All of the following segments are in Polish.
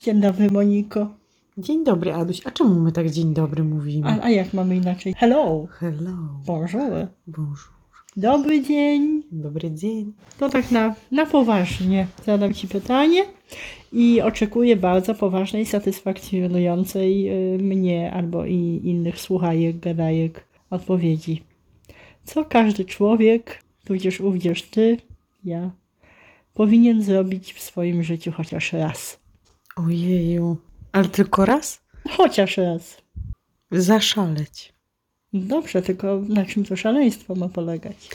Dzień dobry, Moniko. Dzień dobry, Aduś. A czemu my tak dzień dobry mówimy? A, a jak mamy inaczej? Hello, Hello. bonjour. Bonjour. Dobry dzień. Dobry dzień. To tak na, na poważnie zadam Ci pytanie i oczekuję bardzo poważnej, satysfakcjonującej y, mnie albo i innych słuchajek, gadajek odpowiedzi. Co każdy człowiek, tudzież ówdzież Ty, ja, powinien zrobić w swoim życiu chociaż raz? Ojeju. Ale tylko raz? Chociaż raz. Zaszaleć. Dobrze, tylko na czym to szaleństwo ma polegać?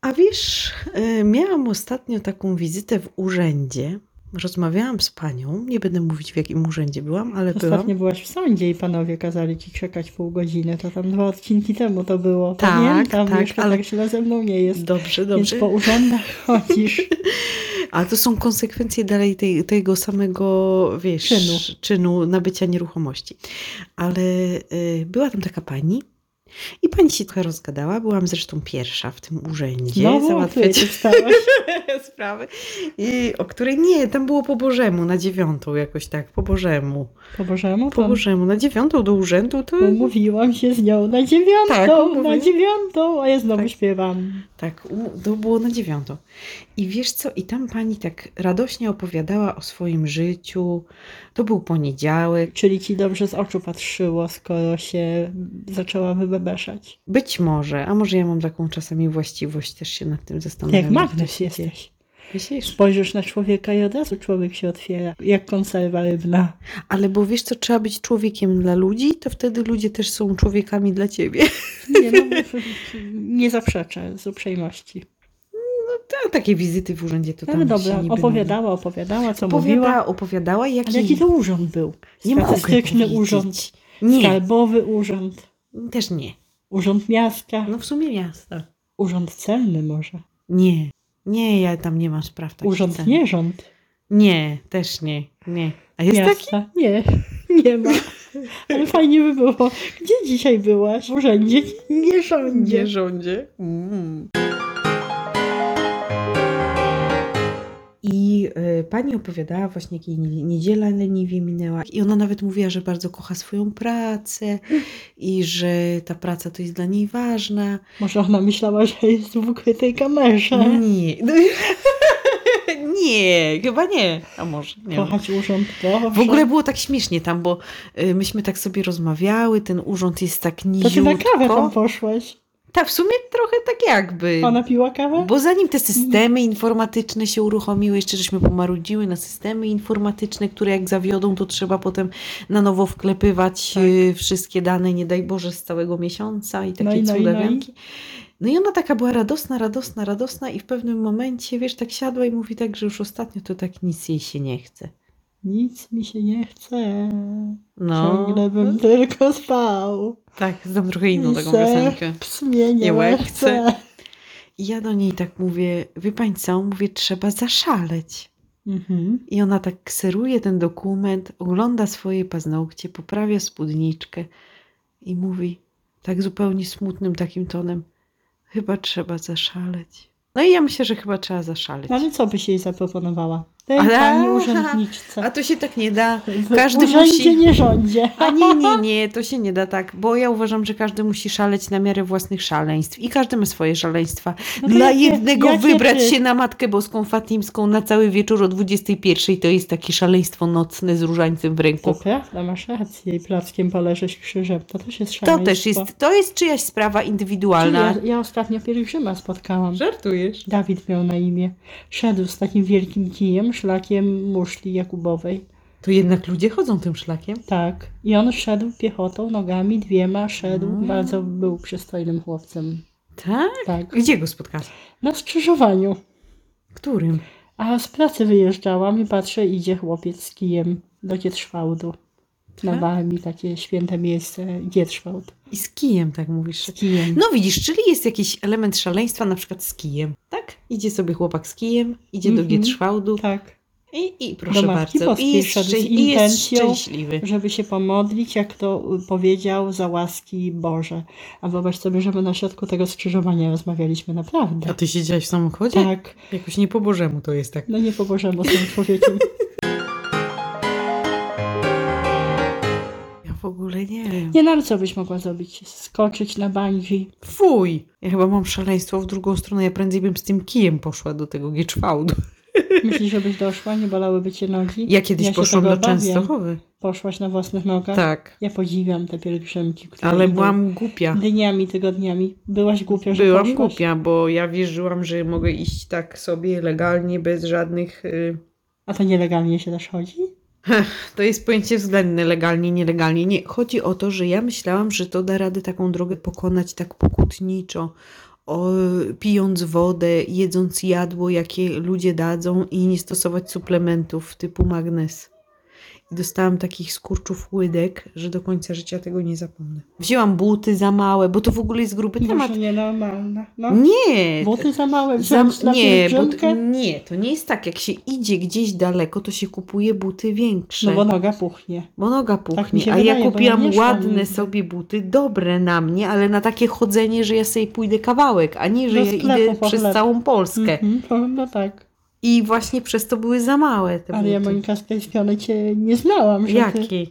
A wiesz, y, miałam ostatnio taką wizytę w urzędzie. Rozmawiałam z panią. Nie będę mówić, w jakim urzędzie byłam, ale byłam. Ostatnio byłaś w sądzie i panowie kazali ci czekać pół godziny. To tam dwa odcinki temu to było. Tak, Pamiętam, tak, jeszcze ale- tak źle ze mną nie jest. Dobrze, Więc dobrze. po urzędach chodzisz. Ale to są konsekwencje dalej tej, tego samego, wiesz, Czynu. czynu nabycia nieruchomości. Ale y, była tam taka pani i pani się trochę rozgadała. Byłam zresztą pierwsza w tym urzędzie. Znowu o której ty załatwiać wstałaś? sprawy. I o której nie, tam było po Bożemu, na dziewiątą jakoś tak, po Bożemu. Po Bożemu Po tam Bożemu, na dziewiątą do urzędu to... No umówiłam się z nią na dziewiątą, Tak, na umówiłam. dziewiątą, a ja znowu Tak. śpiewam. Tak, u- to było na dziewiątą. I wiesz co, i tam pani tak radośnie opowiadała o swoim życiu. To był poniedziałek. Czyli ci dobrze z oczu patrzyło, skoro się zaczęła wybebeszać. Być może, a może ja mam taką czasami właściwość, też się nad tym zastanawiam. tak Jak to magnes się dzieje. jesteś. Myślisz? Spojrzysz na człowieka i od razu człowiek się otwiera, jak konserwa rybna. Ale bo wiesz co, trzeba być człowiekiem dla ludzi, to wtedy ludzie też są człowiekami dla ciebie. Nie, no, nie zaprzeczę z uprzejmości. Ta, takie wizyty w urzędzie to tam Ale się No dobra, niby opowiadała, opowiadała, co nada. mówiła. Opowiadała, opowiadała, jaki... Ale jaki to urząd był? Nie mogę Statystyczny powiedzieć. urząd, Nie, skarbowy urząd, też nie. urząd miasta, No w sumie miasta. urząd celny może, Nie, nie, ja tam nie mam spraw takich. urząd cen. nierząd Nie, też nie, nie. A jest taki? miasta. Nie, nie ma. Ale fajnie by było. Gdzie dzisiaj byłaś? W urzędzie nierządzie. rządzie. Mm. I y, pani opowiadała właśnie, jak jej nie- niedziela leniwie minęła. I ona nawet mówiła, że bardzo kocha swoją pracę i że ta praca to jest dla niej ważna. Może ona myślała, że jest w ukrytej kamerze. Nie. No, nie, chyba nie. A może nie. wiem. Kochać urząd to. W ogóle było tak śmiesznie tam, bo y, myśmy tak sobie rozmawiały, ten urząd jest tak To ty na kawę tam niziutko. poszłaś. Tak, w sumie trochę tak jakby. Ona piła kawę? Bo zanim te systemy informatyczne się uruchomiły, jeszcze żeśmy pomarudziły na systemy informatyczne, które jak zawiodą, to trzeba potem na nowo wklepywać Tak. y, wszystkie dane, nie daj Boże, z całego miesiąca i takie No i- no i- no i? cudawianki. No i ona taka była radosna, radosna, radosna i w pewnym momencie, wiesz, tak siadła i mówi tak, że już ostatnio to tak nic jej się nie chce. Nic mi się nie chce. No, Ciągle bym tylko spał. tak, znam trochę inną I taką se piosenkę. Ps mnie nie Nie łechce. I ja do niej tak mówię, wie pani co, mówię, trzeba zaszaleć. Mhm. I ona tak kseruje ten dokument, ogląda swoje paznokcie, poprawia spódniczkę i mówi tak zupełnie smutnym takim tonem: Chyba trzeba zaszaleć. No i ja myślę, że chyba trzeba zaszaleć. No Ale co byś jej zaproponowała? Tej Ale- pani urzędniczce. A to się tak nie da. W każdy urzędzie musi- nie rządzie. A nie, nie, nie, to się nie da tak, bo ja uważam, że każdy musi szaleć na miarę własnych szaleństw i każdy ma swoje szaleństwa. No to Dla jakie- jednego jakie wybrać ty? się na Matkę Boską Fatimską na cały wieczór o 21 to jest takie szaleństwo nocne z różańcem w To ręku. prawda, masz rację. I plackiem poleżeć krzyżem. To też jest To szaleństwo. też jest, to jest czyjaś sprawa indywidualna. Ja, ja ostatnio pielgrzyma spotkałam. Żartujesz? Dawid miał na imię. Szedł z takim wielkim kijem, szlakiem muszli Jakubowej. To jednak ludzie chodzą tym szlakiem. Tak. I on szedł piechotą, nogami dwiema, szedł. Mm. Bardzo był przystojnym chłopcem. Tak? Tak. Gdzie go spotkałaś? Na skrzyżowaniu. Którym? A z pracy wyjeżdżałam i patrzę, idzie chłopiec z kijem do Gietrzwałdu. Tak? Nadałem mi takie święte miejsce Gietrzwałd I z kijem, tak mówisz. z kijem. No widzisz, czyli jest jakiś element szaleństwa na przykład z kijem, tak? Idzie sobie chłopak z kijem, idzie do Mhm. Gietrzwałdu tak, i, i proszę Do Matki bardzo. Boskiej I jest, szedł z szczęś- i jest intencją, szczęśliwy. żeby się pomodlić, jak to y, powiedział, za łaski Boże. A wyobraź sobie, że my na środku tego skrzyżowania rozmawialiśmy naprawdę. ty siedziałaś w samochodzie? Tak, Jakoś nie po Bożemu to jest tak. no nie po Bożemu z tym człowiekiem. Nie no, ale co byś mogła zrobić? Skoczyć na bungee? Fuj! Ja chyba mam szaleństwo w drugą stronę. Ja prędzej bym z tym kijem poszła do tego gieczwałdu. Myślisz, żebyś doszła? Nie bolałyby cię nogi? Ja kiedyś Ja się poszłam tego do obawiam. Częstochowy. Poszłaś na własnych nogach? Tak. Ja podziwiam te pielgrzymki, które Ale idą byłam głupia. dniami, tygodniami. Byłaś głupia, że Byłam poszłaś? głupia, bo ja wierzyłam, że mogę iść tak sobie legalnie, bez żadnych. y, A to nielegalnie się też chodzi? To jest pojęcie względne, legalnie, nielegalnie. Nie, chodzi o to, że ja myślałam, że to da radę taką drogę pokonać tak pokutniczo, o, pijąc wodę, jedząc jadło, jakie ludzie dadzą i nie stosować suplementów typu magnes. I dostałam takich skurczów łydek, że do końca życia tego nie zapomnę. Wzięłam buty za małe, bo to w ogóle jest gruby temat. Boże, nienormalna. No. Nie! Buty za małe Zam- wziąć na nie, pielgrzymkę? but, nie, to nie jest tak. Jak się idzie gdzieś daleko, to się kupuje buty większe. No bo noga puchnie. Bo noga Tak mi puchnie, się a wydaje, bo ja ja kupiłam mieszam ładne nigdy. sobie buty, dobre na mnie, ale na takie chodzenie, że ja sobie pójdę kawałek, a nie, Do że ja sklepu idę po przez chleb. całą Polskę. Mhm, no, no tak. I właśnie przez to były za małe te Ale ja buty. Monika z tej strony cię nie znałam, że ty Jakie?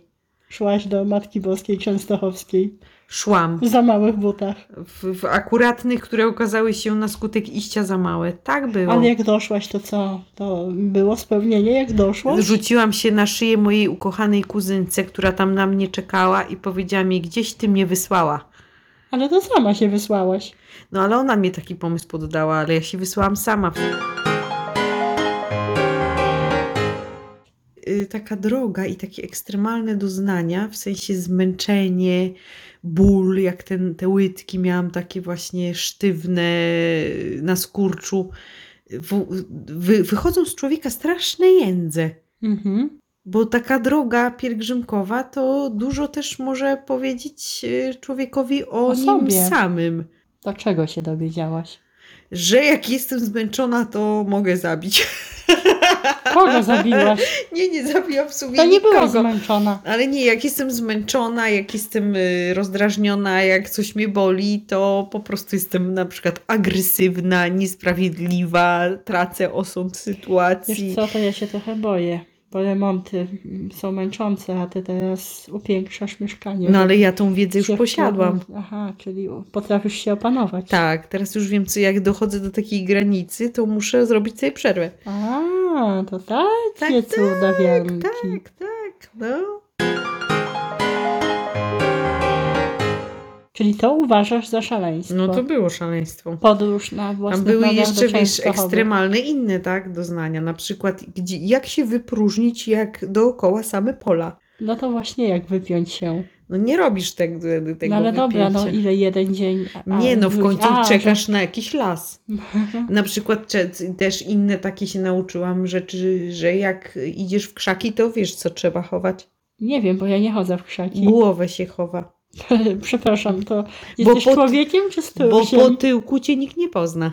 szłaś do Matki Boskiej Częstochowskiej Szłam w za małych butach. w, w akuratnych, które okazały się na skutek iścia za małe. Tak było. Ale jak doszłaś, to co? To było spełnienie, jak doszłaś? Rzuciłam się na szyję mojej ukochanej kuzynce, która tam na mnie czekała i powiedziała mi, gdzieś ty mnie wysłała. Ale to sama się wysłałaś. No ale ona mnie taki pomysł poddała, ale ja się wysłałam sama. Y, Taka droga i takie ekstremalne doznania, w sensie zmęczenie, ból, jak ten, te łydki miałam takie właśnie sztywne y, na skurczu. W, wy, wychodzą z człowieka straszne jędze. Mhm. Bo taka droga pielgrzymkowa to dużo też może powiedzieć y, człowiekowi o, O nim sobie. samym. Dlaczego się dowiedziałaś? Że jak jestem zmęczona, to mogę zabić. Kogo zabiłaś? nie, nie zabiłam w sumie To nie byłaś nikogo. zmęczona. Ale nie, jak jestem zmęczona, jak jestem y, rozdrażniona, jak coś mnie boli, to po prostu jestem na przykład agresywna, niesprawiedliwa, tracę osąd Wiesz sytuacji. co, to ja się trochę boję. Bo remonty mm, są męczące, a ty teraz upiększasz mieszkanie. No ale ja tą wiedzę Się już posiadłam. wpływa- Aha, czyli potrafisz się opanować. Tak, teraz już wiem, co jak dochodzę do takiej granicy, to muszę zrobić sobie przerwę. A, to takie Tak, tak, cuda wianki. Tak, tak, no. Czyli to uważasz za szaleństwo. No to było szaleństwo. Podróż na własnych Tam były nogach jeszcze, do wiesz, Częstochowy. ekstremalne inne, tak, doznania. Na przykład, gdzie, jak się wypróżnić, jak dookoła same pola. No to właśnie jak wypiąć się. No nie robisz tego, tego no ale dobra, no wypięcia. ile jeden dzień. a- Nie, no w drugi- końcu a, No. czekasz na jakiś las. Że... Na przykład cze- też inne takie się nauczyłam rzeczy, że jak idziesz w krzaki, to wiesz, co trzeba chować. Nie wiem, bo ja nie chodzę w krzaki. Głowę się chowa. Przepraszam, to jesteś po- człowiekiem czy Bo stylem? po tyłku cię nikt nie pozna.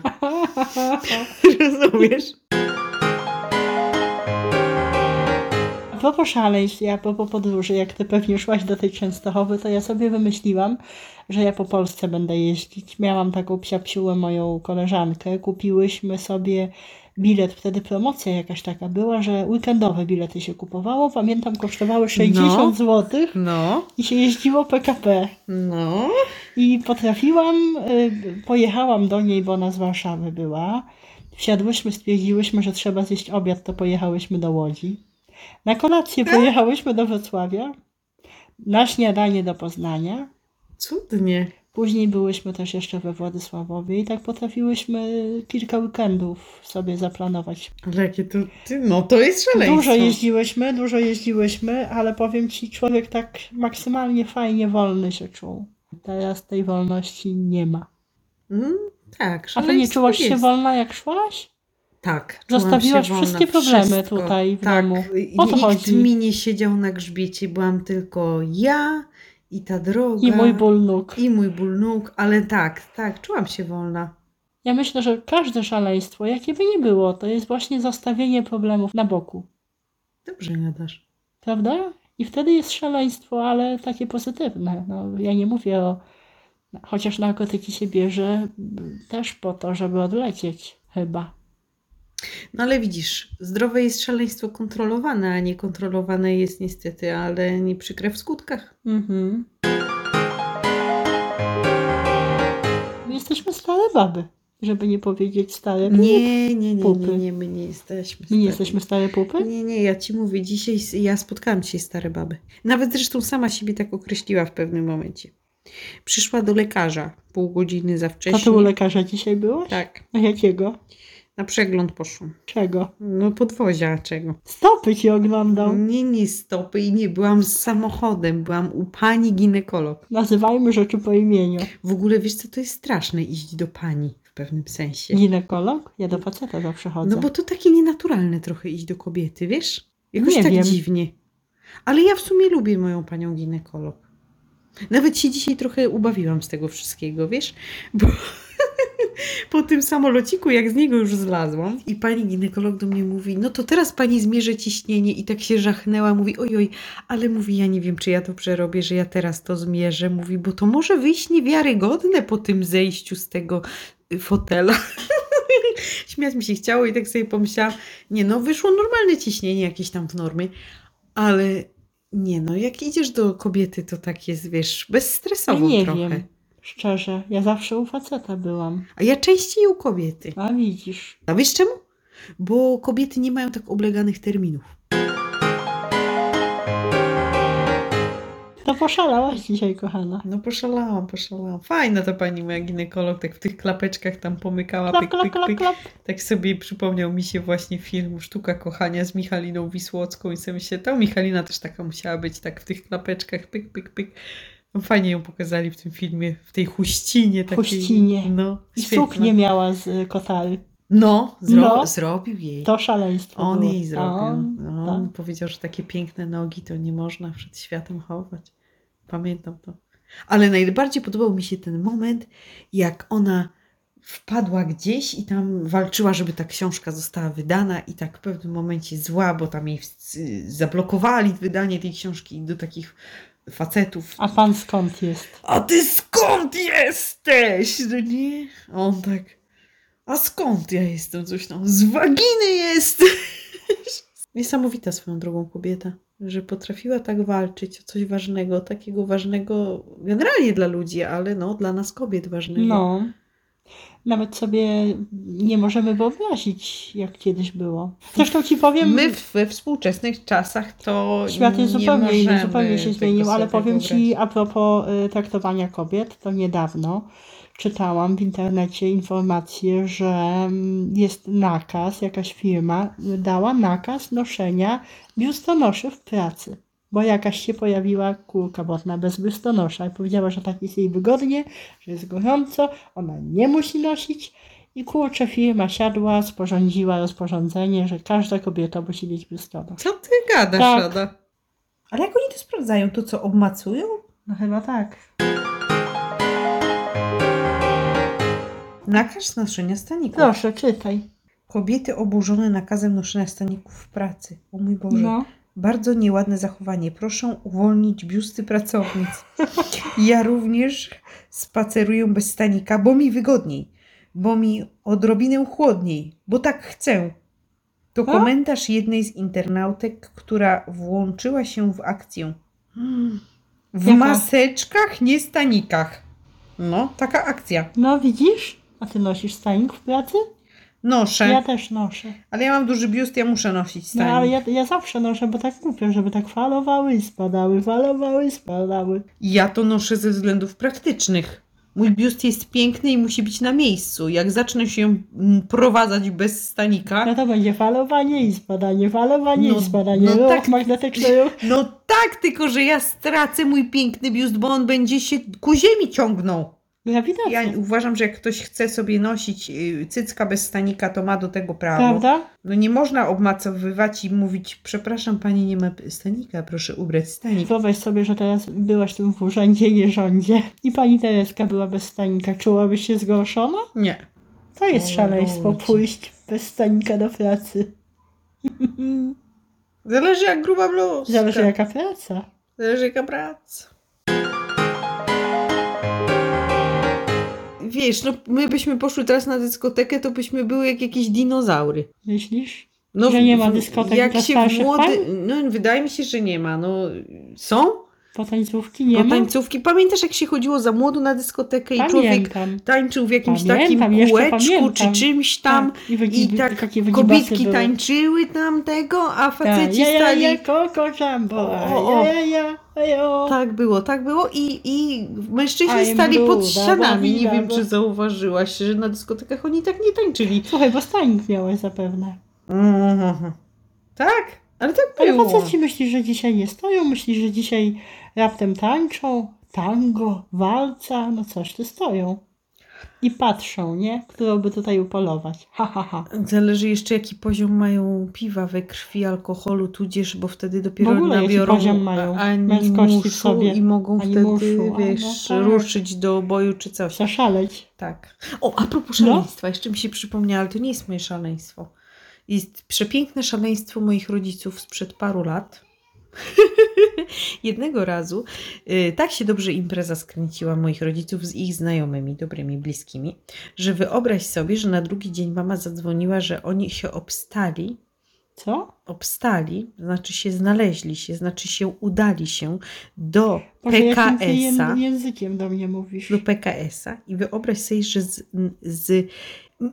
Rozumiesz? Po po szaleństw, ja po, po podróży, jak ty pewnie szłaś do tej Częstochowy, to ja sobie wymyśliłam, że ja po Polsce będę jeździć. Miałam taką psiapsiłę moją koleżankę, kupiłyśmy sobie bilet, wtedy promocja jakaś taka była, że weekendowe bilety się kupowało, pamiętam kosztowały 60 No. zł No, i się jeździło PKP. no. I potrafiłam, y, pojechałam do niej, bo ona z Warszawy była. Wsiadłyśmy, stwierdziłyśmy, że trzeba zjeść obiad, to pojechałyśmy do Łodzi. Na kolację pojechałyśmy do Wrocławia, na śniadanie do Poznania. Cudnie. Później byłyśmy też jeszcze we Władysławowie i tak potrafiłyśmy kilka weekendów sobie zaplanować. Ale jakie to... Ty, no to jest szaleństwo. Dużo jeździłyśmy, dużo jeździłyśmy, ale powiem Ci, człowiek tak maksymalnie fajnie wolny się czuł. Teraz tej wolności nie ma. Mm, tak, A ty nie szaleństwo czułaś się jest. wolna jak szłaś? Tak. czułam Zostawiłaś się wolna, wszystkie problemy wszystko. tutaj w tak. domu. i O to Nikt chodzi. mi nie siedział na grzbiecie, byłam tylko ja i ta droga. I mój ból nóg. I mój ból nóg, ale tak, tak, czułam się wolna. Ja myślę, że każde szaleństwo, jakie by nie było, to jest właśnie zostawienie problemów na boku. Dobrze gadasz. Prawda? I wtedy jest szaleństwo, ale takie pozytywne. No, ja nie mówię o... Chociaż narkotyki się bierze m, też po to, żeby odlecieć. Chyba. No ale widzisz, zdrowe jest szaleństwo kontrolowane, a niekontrolowane jest niestety, ale nie przykre w skutkach. Mhm. jesteśmy stare baby, żeby nie powiedzieć stare pupy. Nie, nie, nie, nie, Pupy. nie, my nie jesteśmy. My nie stare. jesteśmy stare pupy? Nie, nie, ja ci mówię, dzisiaj s- ja spotkałam dzisiaj stare baby. Nawet zresztą sama siebie tak określiła w pewnym momencie. Przyszła do lekarza pół godziny za A wcześnie. to u lekarza dzisiaj byłaś? Tak, A jakiego? na przegląd poszłam. Czego? No podwozia czego? Stopy ci oglądał. Nie, nie stopy i nie byłam z samochodem, byłam u pani ginekolog. Nazywajmy rzeczy po imieniu. W ogóle wiesz co, to jest straszne iść do pani w pewnym sensie. Ginekolog? Ja do faceta zawsze chodzę. No bo to takie nienaturalne trochę iść do kobiety, wiesz? Jakoś Nie tak wiem. dziwnie. Ale ja w sumie lubię moją panią ginekolog. Nawet się dzisiaj trochę ubawiłam z tego wszystkiego, wiesz? Bo po tym samolociku, jak z niego już zlazłam i pani ginekolog do mnie mówi, no to teraz pani zmierzy ciśnienie i tak się żachnęła, mówi, ojoj, ale mówi, ja nie wiem, czy ja to przerobię, że ja teraz to zmierzę, mówi, bo to może wyjść niewiarygodne po tym zejściu z tego y, fotela. Śmiać mi się chciało i tak sobie pomyślałam, nie no, wyszło normalne ciśnienie jakieś tam w normie, ale nie no, jak idziesz do kobiety, to tak jest, wiesz, bezstresowo ja nie trochę. wiem. Szczerze, ja zawsze u faceta byłam. A ja częściej u kobiety. A widzisz. A wiesz czemu? Bo kobiety nie mają tak obleganych terminów. To poszalałaś dzisiaj, kochana. No poszalałam, poszalałam. Fajna ta pani moja ginekolog, tak w tych klapeczkach tam pomykała, Klap, pyk, klap, pyk, klap, pyk. klap. Tak sobie przypomniał mi się właśnie film Sztuka Kochania z Michaliną Wisłocką i sobie się, ta Michalina też taka musiała być, tak w tych klapeczkach, pyk, pyk, pyk. No, fajnie ją pokazali w tym filmie, w tej huścinie takiej. Huścinie. No, I świetna. suknię miała z y, kotary. No, zro- No. zrobił jej. To szaleństwo On było. jej zrobił. No, On, On, tak. powiedział, że takie piękne nogi to nie można przed światem chować. Pamiętam to. Ale najbardziej podobał mi się ten moment, jak ona wpadła gdzieś i tam walczyła, żeby ta książka została wydana i tak w pewnym momencie zła, bo tam jej wscy- zablokowali wydanie tej książki do takich facetów. A pan skąd jest? A ty skąd jesteś? No nie? A On tak. A skąd ja jestem? Coś tam. Z waginy jesteś! Niesamowita swoją drogą kobieta, że potrafiła tak walczyć o coś ważnego, takiego ważnego generalnie dla ludzi, ale no dla nas kobiet ważnego. No. Nawet sobie nie możemy wyobrazić, jak kiedyś było. Zresztą ci powiem, My w, we współczesnych czasach to. świat jest nie zupełnie inny, możemy zupełnie się tego zmienił, ale sobie powiem ci wyobrazić. a propos y, traktowania kobiet, to niedawno czytałam w internecie informację, że mm, jest nakaz, jakaś firma dała nakaz noszenia biustonoszy w pracy. Bo jakaś się pojawiła kurka błotna bez biustonosza i powiedziała, że tak jest jej wygodnie, że jest gorąco, ona nie musi nosić. I kurczę, firma siadła, sporządziła rozporządzenie, że każda kobieta musi mieć biustonosz. Co ty gadasz, Tak. Ada? Ale jak oni to sprawdzają? To co, obmacują? No chyba tak. Nakaz noszenia staników. Proszę, czytaj. Kobiety oburzone nakazem noszenia staników w pracy. O mój Boże. No. Bardzo nieładne zachowanie. Proszę uwolnić biusty pracownic. Ja również spaceruję bez stanika, bo mi wygodniej. Bo mi odrobinę chłodniej. Bo tak chcę. To A? komentarz jednej z internautek, która włączyła się w akcję. W Jaka? maseczkach, nie stanikach. No, taka akcja. No widzisz? A ty nosisz stanik w pracy? Noszę. Ja też noszę. Ale ja mam duży biust, ja muszę nosić No stanik. ale ja, ja zawsze noszę, bo tak mówię, żeby tak falowały i spadały, falowały i spadały. Ja to noszę ze względów praktycznych. Mój biust jest piękny i musi być na miejscu. Jak zacznę się mm, prowadzać bez No stanika, to będzie falowanie i spadanie, falowanie Tak. No, i spadanie. no No, tak. tak. magnetyczny ruch. no tak, tylko że ja stracę mój piękny biust, bo on będzie się ku ziemi ciągnął. Grawitacja. Ja uważam, że jak ktoś chce sobie nosić y, cycka bez stanika, to ma do tego prawo. Prawda? No nie można obmacowywać i mówić, przepraszam, pani nie ma stanika, proszę ubrać stanik. Wyobraź sobie, że teraz byłaś tym w urzędzie i nie rządzie i pani Tereska była bez stanika. Czułabyś się zgorszona? Nie. To jest O, szaleństwo, ludzie. pójść bez stanika do pracy. Zależy jak gruba bluzka. Zależy jaka praca. Zależy jaka praca. Wiesz, no my byśmy poszły teraz na dyskotekę, to byśmy były jak jakieś dinozaury. Myślisz? No, Że nie ma w- dyskotek jak dla się starszych młody, No wydaje mi się, że nie ma. No, są, Potańcówki nie ma? Potańcówki. Pamiętasz, jak się chodziło za młodu na dyskotekę i człowiek Pamiętam. tańczył w jakimś Pamiętam, takim jeszcze kółeczku czy pamiętam. czymś tam i, i wygi- tak takie wygibasy kobitki były. tańczyły tam tego, a Tak, faceci ja, ja, stali... ja, koko, jumbo, a O, o, o. ja, ja, ja, ejo. Tak było, tak było i, i mężczyźni I'm stali blue, pod da, ścianami. da, Nie da, wiem, da. czy zauważyłaś, że na dyskotekach oni tak nie tańczyli. Słuchaj, bo stanik miałeś zapewne. Mhm. Tak, ale tak Ale po było. co ci myślisz, że dzisiaj nie stoją? Myślisz, że dzisiaj raptem tańczą? Tango, walca, no coś, ty stoją. I patrzą, nie? Którą by tutaj upolować. Ha, ha, ha. Zależy jeszcze, jaki poziom mają piwa we krwi, alkoholu, tudzież, bo wtedy dopiero W ogóle jaki nabiorą poziom mają męskości w animuszu sobie. i mogą wtedy, Animuszu, a no wiesz, tak. ruszyć do boju czy coś. Zaszaleć. Tak. O, a propos No. szaleństwa, jeszcze mi się przypomniało, ale to nie jest moje szaleństwo. Jest przepiękne szaleństwo moich rodziców sprzed paru lat. Jednego razu y, tak się dobrze impreza skręciła moich rodziców z ich znajomymi, dobrymi, bliskimi, że wyobraź sobie, że na drugi dzień mama zadzwoniła, że oni się obstali Co? obstali, znaczy się znaleźli się, znaczy się udali się do Boże, jakim ty PKS-a, jen- językiem do mnie mówisz? do PKS-a i wyobraź sobie, że z, z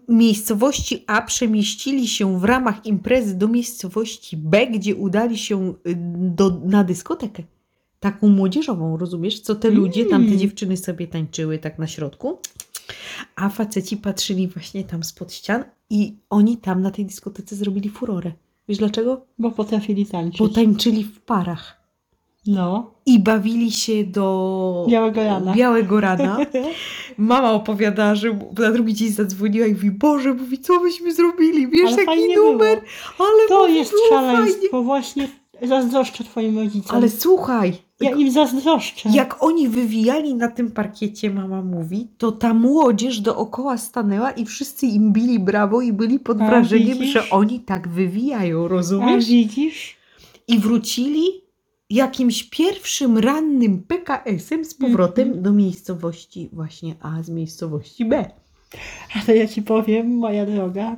miejscowości A przemieścili się w ramach imprezy do miejscowości B, gdzie udali się y, do, na dyskotekę. Taką młodzieżową, rozumiesz? Co te ludzie, tam te Mm. dziewczyny sobie tańczyły tak na środku, a faceci patrzyli właśnie tam spod ścian i oni tam na tej dyskotece zrobili furorę. Wiesz dlaczego? Bo potrafili tańczyć. Potańczyli w parach No. i bawili się do Białego rana. białego rana. Mama opowiadała, że mu- na drugi dzień zadzwoniła i mówi, Boże, mówi, co myśmy zrobili, wiesz, Ale jaki fajnie numer, było. ale To mówi, jest było fajnie. szaleństwo. Właśnie zazdroszczę twoim rodzicom. Ale słuchaj, Ja im zazdroszczę. jak oni wywijali na tym parkiecie, mama mówi, to ta młodzież dookoła stanęła i wszyscy im bili brawo i byli pod A, wrażeniem, widzisz? że oni tak wywijają, A rozumiesz? widzisz? i wrócili jakimś pierwszym rannym PKS-em z powrotem Mhm. do miejscowości właśnie A z miejscowości B. Ale ja ci powiem, moja droga,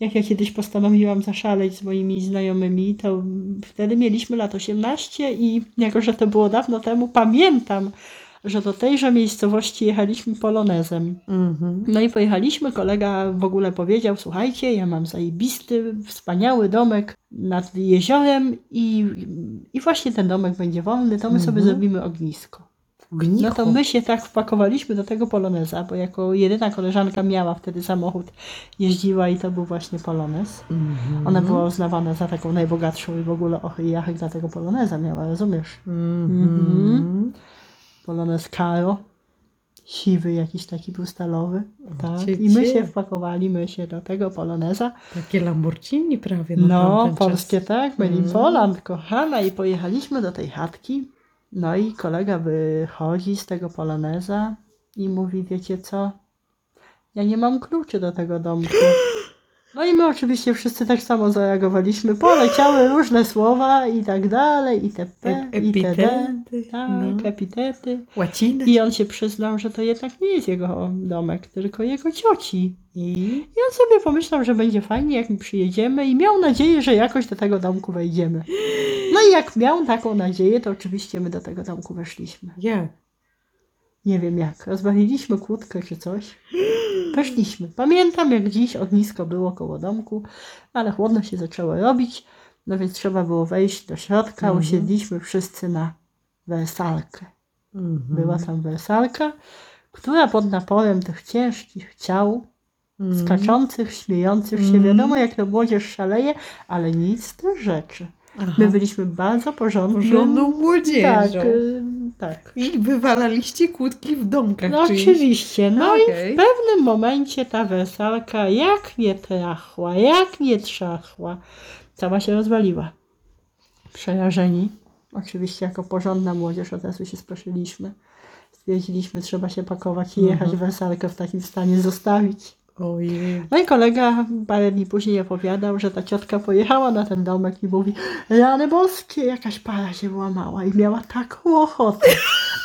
jak ja kiedyś postanowiłam zaszaleć z moimi znajomymi, to wtedy mieliśmy lat 18 i jako, że to było dawno temu, pamiętam, że do tejże miejscowości jechaliśmy polonezem. Mhm. No i pojechaliśmy, kolega w ogóle powiedział, słuchajcie, ja mam zajebisty, wspaniały domek nad jeziorem i, i właśnie ten domek będzie wolny, to my sobie Mhm. zrobimy ognisko. Gniku. No to my się tak wpakowaliśmy do tego poloneza, bo jako jedyna koleżanka miała wtedy samochód, jeździła i to był właśnie polonez. Mhm. Ona była uznawana za taką najbogatszą i w ogóle och i jachek dla tego poloneza miała, rozumiesz? Mhm. Polonez Karo, siwy jakiś taki był stalowy. Tak. Cie, I my cie. się wpakowaliśmy się do tego poloneza. Takie Lamborghini prawie na No, tamten polskie czas. tak, Mm. Made in Poland, kochana. I pojechaliśmy do tej chatki. No i kolega wychodzi z tego poloneza i mówi, wiecie co? Ja nie mam kluczy do tego domku. No i my oczywiście wszyscy tak samo zareagowaliśmy. Poleciały różne słowa i tak dalej, i te p, E- i te d. Epitety. Tak, no. epitety. Łaciny. I on się przyznał, że to jednak nie jest jego domek, tylko jego cioci. I... Ja sobie pomyślał, że będzie fajnie, jak mi przyjedziemy i miał nadzieję, że jakoś do tego domku wejdziemy. No i jak miał taką nadzieję, to oczywiście my do tego domku weszliśmy. Jak? Nie wiem jak, rozwaliliśmy kłódkę czy coś. Weszliśmy. Pamiętam jak dziś ognisko było koło domku, ale chłodno się zaczęło robić, no więc trzeba było wejść do środka. Mhm. Usiedliśmy wszyscy na wersalkę. Mhm. Była tam wersalka, która pod naporem tych ciężkich ciał Mhm. skaczących, śmiejących się. Mhm. Wiadomo, jak to młodzież szaleje, ale nic z tych rzeczy. Aha. My byliśmy bardzo porządnym. Porządną młodzieżą. tak, y, tak. I wywalaliście kłódki w domkach. No czyjś. oczywiście. No i Okej. w pewnym momencie ta wersalka jak nie trachła, jak nie trzachła, cała się rozwaliła. Przerażeni. Oczywiście jako porządna młodzież od razu się sproszyliśmy. Stwierdziliśmy, trzeba się pakować i jechać Mhm. wersalkę w takim stanie zostawić. Ojej. No i kolega parę dni później opowiadał, że ta ciotka pojechała na ten domek i mówi, rany boskie, jakaś para się włamała i miała taką ochotę.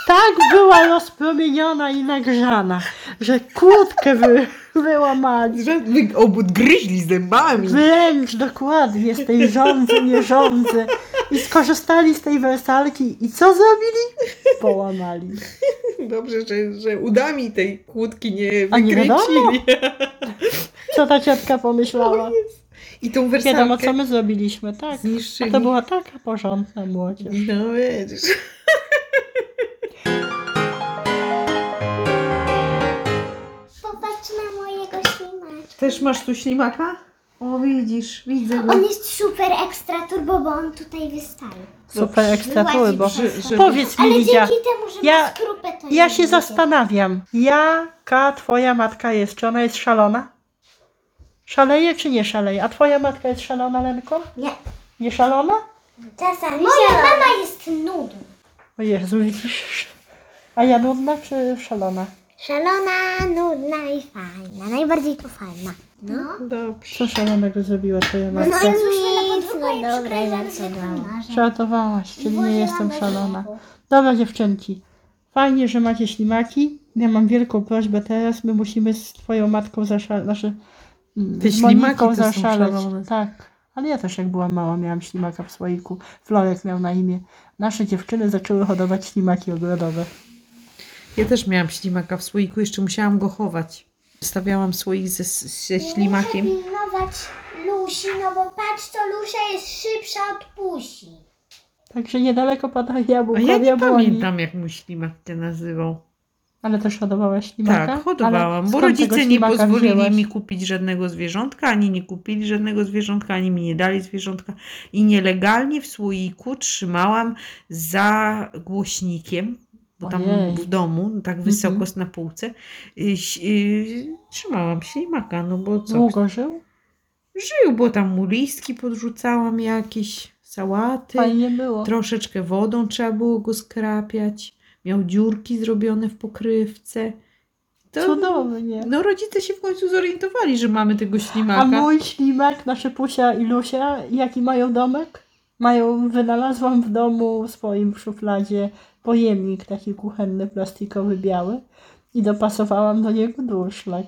Tak była rozpromieniona i nagrzana, że kłódkę wy, wyłamali. Że wy obu gryźli zębami. Wręcz dokładnie z tej rządzy, nie rządzy. I skorzystali z tej wersalki i co zrobili? Połamali. Dobrze, że, że udami tej kłódki nie A nie wiadomo. wykręcili. Co ta ciotka pomyślała? I tą Nie wiadomo, co wersalkę my zrobiliśmy, tak. A zniszczyli. to była taka porządna młodzież. No wiesz. Popatrz na mojego ślimaczka. Też masz tu ślimaka? O, widzisz, widzę On jest super ekstra turbo, bo on tutaj wystaje. No Super ekstra Łazi bo przez to. że- Powiedz mi, Ale Lidia, dzięki temu, że ja- ma skrupę, to ja nie się widzę. zastanawiam, jaka twoja matka jest? Czy ona jest szalona? Szaleje czy nie szaleje? A twoja matka jest szalona, Lenko? Nie. Nie szalona? Czasami Moja mama jest nudna. O Jezu, widzisz? A ja nudna czy szalona? Szalona, nudna i fajna. Najbardziej to fajna. No. Dobrze. Co szalonego zrobiła twoja No, matka? nic, no dobra, ja co Żartowałaś, czyli nie jestem szalona. Dobra dziewczynki, fajnie, że macie ślimaki. Ja mam wielką prośbę teraz, my musimy z twoją matką zaszaleć, znaczy mm, Te z ślimaki Moniką to są zaszaleć. szalone. Tak, ale ja też jak byłam mała miałam ślimaka w słoiku. Florek miał na imię. Nasze dziewczyny zaczęły hodować ślimaki ogrodowe. Ja też miałam ślimaka w słoiku, jeszcze musiałam go chować. Stawiałam słoik ze, ze ślimakiem. Muszę pilnować Lusi, no bo patrz, to Lusia jest szybsza od Pusi. Także niedaleko pada jabłko, A ja nie jabłoni. pamiętam, jak mój ślimak się nazywał. Ale też hodowałaś ślimaka? Tak, Ale hodowałam, bo skąd tego rodzice nie ślimaka pozwolili wzięłaś? mi kupić żadnego zwierzątka, ani nie kupili żadnego zwierzątka, ani mi nie dali zwierzątka. I nielegalnie w słoiku trzymałam za głośnikiem, bo tam Ojej. w domu, tak wysoko Mhm. na półce, y, ś- y, trzymałam ślimaka, no bo co? Długo żył? Żył, bo tam mu listki podrzucałam jakieś, sałaty. Fajnie było. Troszeczkę wodą trzeba było go skrapiać. Miał dziurki zrobione w pokrywce. To, Cudownie. No rodzice się w końcu zorientowali, że mamy tego ślimaka. A mój ślimak, nasze Pusia i Lusia, jaki mają domek? Mają, wynalazłam w domu swoim w szufladzie pojemnik taki kuchenny, plastikowy, biały i dopasowałam do niego durszlak.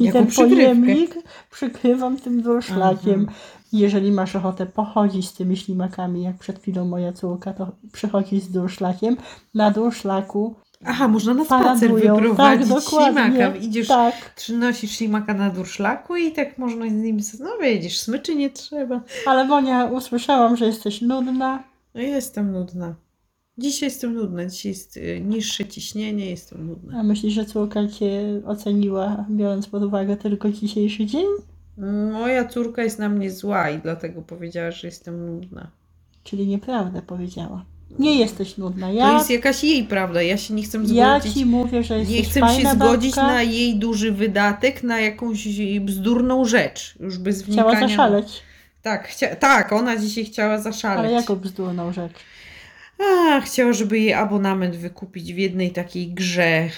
I Jaką ten przykrywkę. Mhm. pojemnik przykrywam tym durszlakiem. Aha. Jeżeli masz ochotę pochodzić z tymi ślimakami, jak przed chwilą moja córka, to przychodzi z durszlakiem. Na durszlaku Aha, można na spacer paradują. wyprowadzić tak, dokładnie. ślimaka. Idziesz, tak. przynosisz ślimaka na durszlaku i tak można z nim, no widzisz, smyczy nie trzeba. Ale Monia, usłyszałam, że jesteś nudna. No jestem nudna. Dzisiaj jestem nudna, dzisiaj jest y, niższe ciśnienie, jestem nudna. A myślisz, że córka cię oceniła, biorąc pod uwagę tylko dzisiejszy dzień? Moja córka jest na mnie zła i dlatego powiedziała, że jestem nudna. Czyli nieprawdę powiedziała. Nie jesteś nudna. To Ja, jest jakaś jej prawda, ja się nie chcę zgodzić. ja ci mówię, że jesteś Nie chcę się fajna zgodzić babka. na jej duży wydatek, na jakąś bzdurną rzecz, już bez wnikania. Chciała zaszaleć, Tak, chcia... tak, ona dzisiaj chciała zaszaleć. ale jaką bzdurną rzecz. A, chciała, żeby jej abonament wykupić w jednej takiej grze.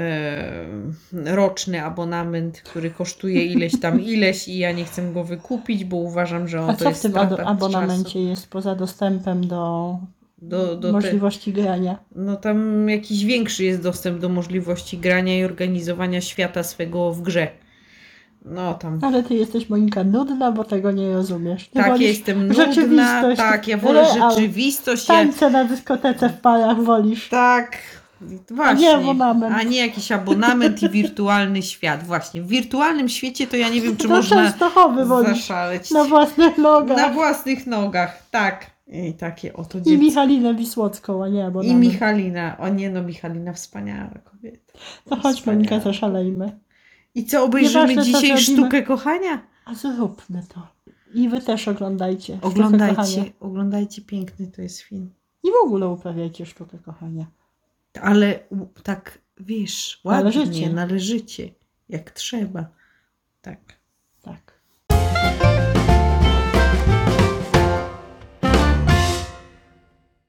em, roczny abonament, który kosztuje ileś tam ileś i ja nie chcę go wykupić, bo uważam, że on A No, to co w jest tym strata ad- abonamencie czasu. jest poza dostępem do, Do, do te... możliwości grania? No tam jakiś większy jest dostęp do możliwości grania i organizowania świata swego w grze. No tam. Ale ty jesteś, Monika, nudna, bo tego nie rozumiesz. Ty Tak, ja wolisz jestem nudna, rzeczywistość, tak, ja wolę real. rzeczywistość. Ja, tańce na dyskotece w parach, wolisz. tak, właśnie. abonament. A nie jakiś abonament i wirtualny świat. Właśnie, w wirtualnym świecie to ja nie wiem, czy Do można Częstochowy wolisz, zaszaleć. na własnych nogach. Na własnych nogach, tak. I takie oto I dziecko. Michalinę Wisłocką, a nie I abonament. Michalina. O nie no, Michalina wspaniała kobieta. To chodź Monika, Wspaniale. zaszalejmy. I co, obejrzymy Nieważne, co dzisiaj zrobimy. sztukę kochania? A zróbmy to. I wy też oglądajcie. Sztukę Oglądajcie, Kochania. oglądajcie, piękny to jest film. I w ogóle uprawiajcie sztukę kochania. Ale u- tak, wiesz, ładnie, Należycie. należycie, jak trzeba. Tak.